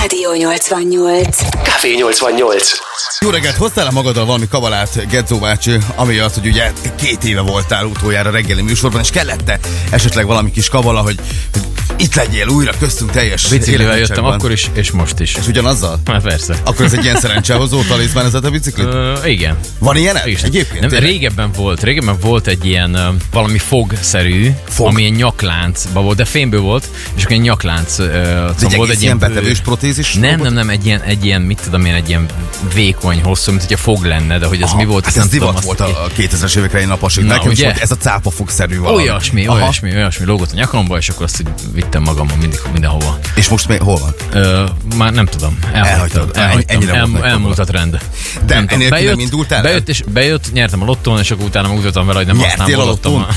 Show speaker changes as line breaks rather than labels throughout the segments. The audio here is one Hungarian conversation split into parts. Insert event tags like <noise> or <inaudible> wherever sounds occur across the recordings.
Rádió 88.
Café 88.
Jó reggelt, hoztál magaddal valami kabalát, Gedzó bácsi, amiatt, hogy ugye két éve voltál utoljára reggeli műsorban, és kellette esetleg valami kis kabala, hogy, hogy itt legyél újra köztünk teljes
Biciklivel
életnagyságban.
jöttem akkor is, és most is.
És ugyanazzal?
Már Hát persze.
Akkor ez egy ilyen szerencsehozó talizmán ez a biciklit?
Ö, igen.
Van ilyen?
Is.
Egyébként?
Nem,
tényleg?
régebben volt, régebben volt egy ilyen ö, valami fogszerű,
Fog.
fog. ami ilyen nyakláncba volt, de fémből volt, és akkor egy nyaklánc ö, szóval
Ez egy
volt
egész ilyen
bő-
betevős protézis?
Nem, nem, nem, egy ilyen, egy ilyen, mit tudom én, egy ilyen vékony, hosszú, mint hogyha fog lenne, de hogy ez
Aha,
mi volt,
hát
azt
ez
nem tudom,
divat
azt
volt
ki-
a 2000-es évek elején napasig.
Na,
Nekem is
ugye?
volt ez a cápafogszerű valami.
Olyasmi,
Aha.
olyasmi, olyasmi lógott a nyakamba, és akkor azt így vittem magamon mindig, mindenhova.
És most mi, hol van?
Ö, már nem tudom.
Elhagytad.
Elhagytam. Elhagytam.
Ennyire volt
El,
nagy
elmúlt a trend.
De
nem tudom.
enélkül nem indultál el?
bejött, és bejött, nyertem a lottón, és akkor utána úgy voltam vele, hogy nem
Nyertél a
használom
lottón?
a...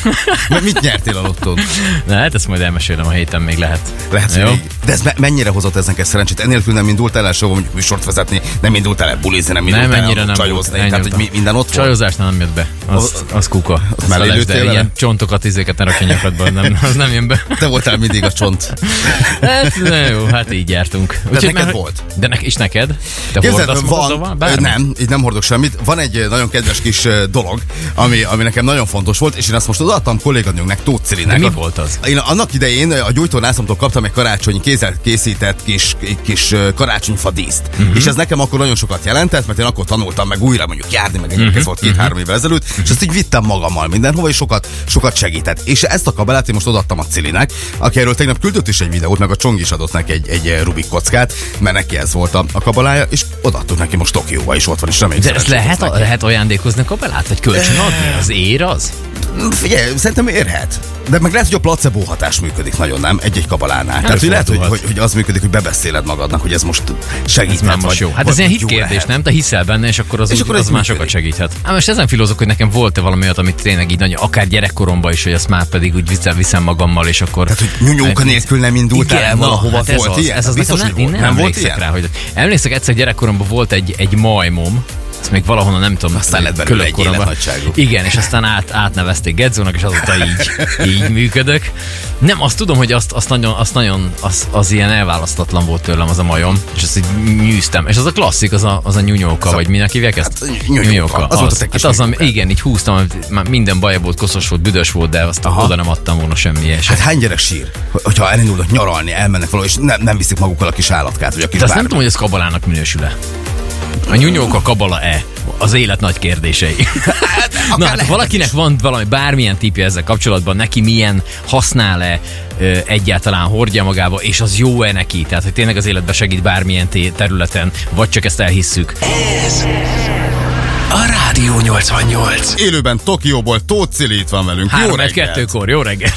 Mert Mit nyertél a lottón?
Na, hát ezt majd elmesélem a héten, még lehet.
Lehet,
Jó?
hogy így. De ez me- mennyire hozott ez neked szerencsét? Ennélkül nem indultál el soha mondjuk műsort vezetni, nem indultál el bulizni, nem indultál
Nem, ennyire
el
nem
csajozni.
volt.
Tehát, hogy mi, minden ott volt.
Csajozásnál nem jött be. Az, az kuka.
mellé
Azt felejtsd el,
lőttél vele?
igen. Csontokat, izéket ne rakj a nyakadba, nem, az nem jön be.
Te voltál mindig a
<laughs>
csont.
Hát, na jó, hát így jártunk.
neked
már-
volt.
De nek, és neked? Te
Képzeld,
hordasz magadba
van, ö,
bármit?
nem, így nem hordok semmit. Van egy ö, nagyon kedves kis ö, dolog, ami, ami nekem nagyon fontos volt, és én azt most odaadtam kolléganőmnek, Tóth Cilinek.
De mi
A-
volt az?
Én annak idején ö, a gyújtónászomtól kaptam egy karácsonyi kézzel készített kis, kis ö, karácsonyfa díszt.
Mhm.
Uh-huh. És ez nekem akkor nagyon sokat jelentett, mert én akkor tanultam meg újra mondjuk járni, meg
Mhm.
egyébként ez volt két-három évvel ezelőtt, és ezt így vittem magammal mindenhova, és sokat, sokat segített. És ezt a kabelát én most odaadtam a Cilinek, aki erről tegnap küldött is egy videót, meg a Csong is adott neki egy, egy ö, Rubik kockát, mert neki ez volt a, a kabalája, és odaadtuk neki most Tokióba is ott van, és reméljük.
De ezt
szerencsét
lehet,
hoz neki.
lehet ajándékozni a kabelát, vagy kölcsön adni? Az ér az?
Figyelj, szerintem érhet. De meg lehet, hogy a placebo hatás működik nagyon, nem? Egy-egy kabalánál. Tehát, hogy lehet, hogy,
Előfordulhat.
hogy, hogy, az működik, hogy bebeszéled magadnak, hogy ez most segít.
Ez már most jó. Hát ez ilyen hit kérdés,
lehet.
nem? Te hiszel benne, és akkor az,
És
és úgy,
akkor
akkor
ez
az már sokat
működik.
segíthet. Hát most ezen filozok, hogy nekem volt-e valami olyat, amit tényleg így nagyon, akár gyerekkoromban is, hogy ezt már pedig úgy viszem, viszem magammal, és akkor...
Tehát, hogy nyúnyóka nélkül nem indultál el
Hát, na,
valahova,
hát ez
volt
az,
ilyen?
Ez az
Biztos,
nekem,
hogy
nem,
volt.
nem,
Nem volt
emlékszek
ilyen?
rá, hogy emlékszek, egyszer gyerekkoromban volt egy, egy majmom, ezt még valahonnan nem tudom.
Aztán lett belőle egy
különkoromban.
életnagyságú.
Igen, és aztán át, átnevezték Gedzónak, és azóta így, így működök. Nem, azt tudom, hogy azt, azt nagyon, azt nagyon az, az ilyen elválasztatlan volt tőlem az a majom, és azt így nyűztem. És az a klasszik, az a, az a nyúnyóka,
a-
vagy minek hívják ezt?
Hát, nyúnyóka. Az volt a te kis
hát az, ami,
nyúnyókád.
igen, így húztam, amit már minden baj volt, koszos volt, büdös volt, de azt
Aha.
oda nem adtam volna semmi
Hát
eset.
hány gyerek sír, hogy- hogyha elindulnak nyaralni, elmennek valahol, és nem, nem viszik magukkal a kis állatkát, vagy a kis
De azt
bármit.
nem tudom, hogy ez kabalának minősül-e. A nyúnyóka kabala-e? Az élet nagy
<laughs>
kérdései. Na, hát
lehet
ha valakinek van valami, bármilyen típje ezzel kapcsolatban, neki milyen használ-e, ö, egyáltalán hordja magába, és az jó-e neki? Tehát, hogy tényleg az életbe segít bármilyen té- területen, vagy csak ezt elhisszük.
Ez a Rádió 88.
Élőben Tokióból Tóth Cili itt van velünk. Jó
3
reggelt!
kettőkor, jó reggelt!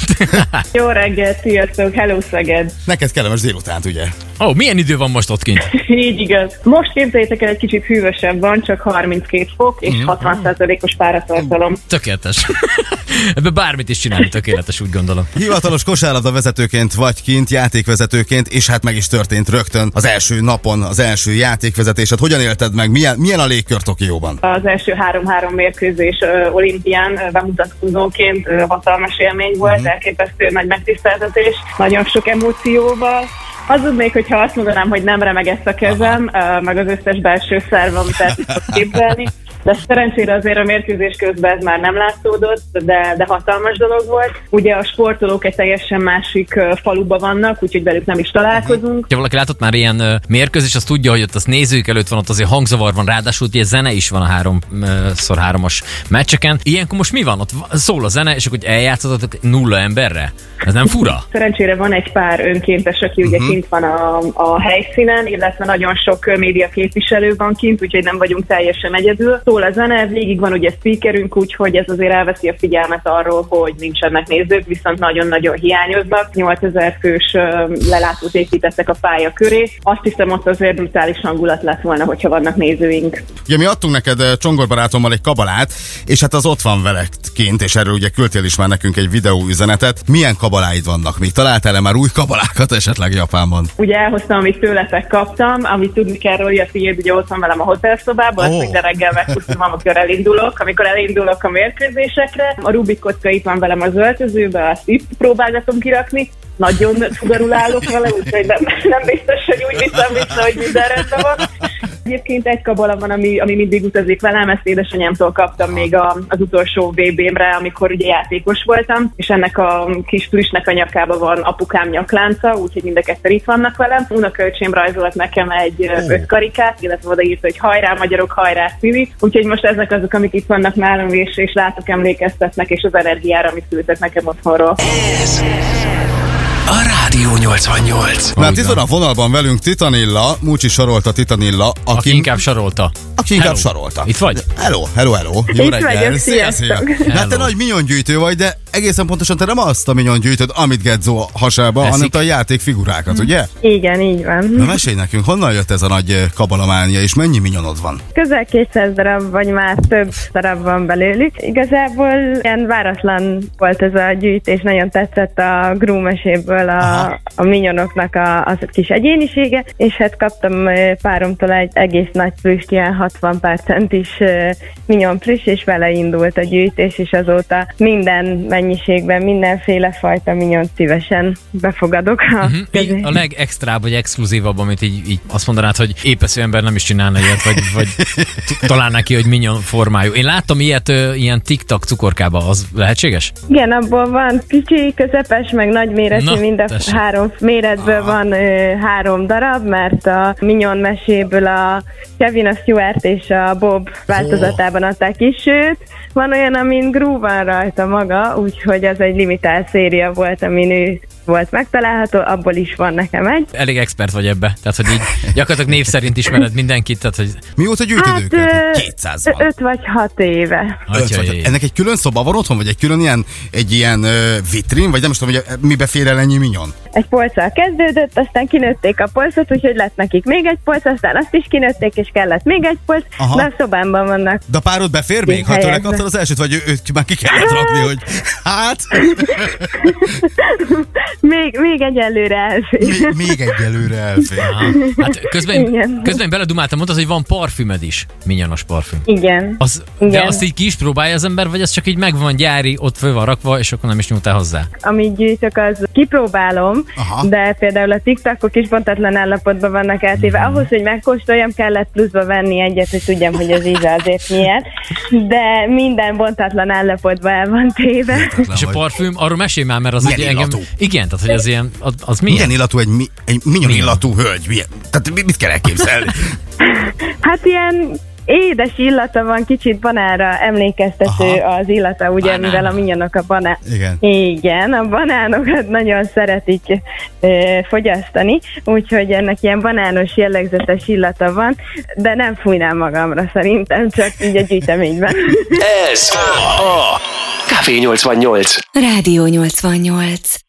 <laughs>
Jó reggelt, sziasztok, hello Szeged. <laughs>
Neked kellemes délutánt, ugye?
Ó, oh, milyen idő van most ott kint?
Így igaz. Most képzeljétek el, egy kicsit hűvösebb van, csak 32 fok és 60%-os páratartalom.
Tökéletes. <laughs> Ebbe bármit is csinálni tökéletes, úgy gondolom.
Hivatalos kosárlabda vezetőként vagy kint, játékvezetőként, és hát meg is történt rögtön az első napon az első játékvezetésed. Hogyan élted meg? Milyen, milyen a légkör Tokióban?
Az első három-három mérkőzés ö, olimpián ö, bemutatkozóként ö, hatalmas élmény volt, elképesztő nagy megtiszteltetés, nagyon sok emócióval. Hazudnék, hogyha azt mondanám, hogy nem remegett a kezem, ö, meg az összes belső szervem, tehát tudok képzelni. De szerencsére azért a mérkőzés közben ez már nem látszódott, de, de hatalmas dolog volt. Ugye a sportolók egy teljesen másik ö, faluba vannak, úgyhogy velük nem is találkozunk.
Ha valaki látott már ilyen ö, mérkőzés, az tudja, hogy ott az nézők előtt van, ott azért hangzavar van, ráadásul ugye zene is van a három ö, szor háromos meccseken. Ilyenkor most mi van? Ott va- szól a zene, és akkor hogy eljátszottatok nulla emberre? Ez nem fura?
Szerencsére van egy pár önkéntes, aki ugye uh-huh. kint van a, a helyszínen, illetve nagyon sok ö, média képviselő van kint, úgyhogy nem vagyunk teljesen egyedül. Szól a zene, végig van ugye speakerünk, úgyhogy ez azért elveszi a figyelmet arról, hogy nincsenek nézők, viszont nagyon-nagyon hiányoznak. 8000 fős ö, lelátót építettek a pálya köré. Azt hiszem, ott azért brutális hangulat lett volna, hogyha vannak nézőink.
Ugye mi adtunk neked eh, Csongor barátommal egy kabalát, és hát az ott van veled kint, és erről ugye küldtél is már nekünk egy videó üzenetet. Milyen kabaláid vannak még? Találtál-e már új kabalákat esetleg Japánban?
Ugye elhoztam, amit tőletek kaptam, amit tudni kell róla, a figyelj, ugye ott van velem a hotelszobában,
Ó.
oh. minden reggel megkusztom, amikor elindulok, amikor elindulok a mérkőzésekre. A Rubik kocka itt van velem az öltözőben, azt itt próbálgatom kirakni,
nagyon fugarul állok vele, úgyhogy nem, nem biztos, hogy úgy viszem vissza, hogy minden rendben van. Egyébként egy kabala van, ami, ami mindig utazik velem, ezt édesanyámtól kaptam még a, az utolsó VB-mre, amikor ugye játékos voltam, és ennek a kis plüsnek a nyakába van apukám nyaklánca, úgyhogy mind a ketten itt vannak velem. Unokölcsém rajzolt nekem egy ö, öt karikát, illetve odaírt, hogy hajrá magyarok, hajrá szívi. Úgyhogy most ezek azok, amik itt vannak nálam, és, és látok emlékeztetnek, és az energiára, amit küldtek nekem otthonról.
Ez a Rádió 88.
Na hát itt van a vonalban velünk Titanilla, Múcsi sarolta Titanilla, aki,
Aki inkább sarolta.
aki inkább
Hello.
sarolta.
Itt vagy?
Hello, hello, hello. Jó
Itt
reggel.
vagyok,
szia, szia.
sziasztok.
Na, hát te
Hello.
nagy minyongyűjtő vagy, de egészen pontosan te nem azt a minyongyűjtöd, amit Gedzó hasába,
Eszik.
hanem te a játékfigurákat, ugye?
Mm. Igen, így van.
Na mesélj nekünk, honnan jött ez a nagy eh, kabalamánia, és mennyi minyonod van?
Közel 200 darab, vagy már több darab van belőlük. Igazából ilyen váratlan volt ez a gyűjtés, nagyon tetszett a Grú meséből a, a minyonoknak a, az a kis egyénisége, és hát kaptam ö, páromtól egy egész nagy plüst, ilyen 60 pár centis ö, minyon plüst, és vele indult a gyűjtés, és azóta minden mennyiségben, mindenféle fajta minyon szívesen befogadok a
Hm?
közé.
Mi A legextrább vagy exkluzívabb, amit így, így azt mondanád, hogy épesző ember nem is csinálna ilyet, vagy, vagy t- találná ki, hogy minyon formájú. Én láttam ilyet ö, ilyen tiktak cukorkába, az lehetséges?
Igen, abból van kicsi, közepes, meg nagy méretű,
Na,
Na, mind a
tessék.
három méretből ah. van ö, három darab, mert a Minyon meséből a Kevin, a Stewart és a Bob változatában adták is, sőt, van olyan, amin Gru van rajta maga, úgyhogy az egy limitált széria volt, amin ő volt megtalálható, abból is van nekem egy.
Elég expert vagy ebbe, tehát hogy így gyakorlatilag név szerint ismered mindenkit, tehát hogy...
Mióta gyűjtöd
Hát,
őket?
ö,
200
Ö,
van.
Öt vagy hat éve.
Öt vagy.
Atyai.
Ennek egy külön szoba van otthon, vagy egy külön ilyen, egy ilyen ö, vitrin, vagy nem is tudom, hogy ö, mibe fér el ennyi minyon?
egy polccal kezdődött, aztán kinőtték a polcot, úgyhogy lett nekik még egy polc, aztán azt is kinőtték, és kellett még egy polc,
Aha.
Aha. de a szobámban vannak.
De a párod befér még? Ha
Helyezve.
tőle kaptad az elsőt, vagy ő, őt már ki kellett rakni, hogy hát,
Még, még egyelőre elfér.
még, még egyelőre elfér.
Aha. Hát közben,
Igen.
közben beledumáltam, mondtad, hogy van parfümöd is, minyonos parfüm.
Igen.
Az, de
Igen.
azt így ki is próbálja az ember, vagy az csak így megvan gyári, ott föl van rakva, és akkor nem is nyújtál hozzá.
Amit gyűjtök, az kipróbálom,
Aha.
Aha. de például a tiktakok is bontatlan állapotban vannak eltéve. Ahhoz, hogy megkóstoljam, kellett pluszba venni egyet, hogy tudjam, hogy az íze azért milyen, de minden bontatlan állapotban el van téve.
és a
vagy.
parfüm, arról mesél már, mert az
Milyen
egy engem...
illatú?
Igen, tehát hogy az ilyen, az, az
Milyen
milyen?
illatú egy, mi- egy minyon illatú hölgy? Milyen? Tehát mi- mit kell
<laughs>
elképzelni?
Hát ilyen édes illata van, kicsit banánra emlékeztető
Aha.
Aha. az illata, ugye,
Banán.
Banán. mivel a minyonok a banán.
Igen.
Igen, a banánokat nagyon szeretik ö, fogyasztani, úgyhogy ennek ilyen banános jellegzetes illata van, de nem fújnám magamra szerintem, csak így a
<laughs>
gyűjteményben.
Ez a Café 88.
Rádió 88.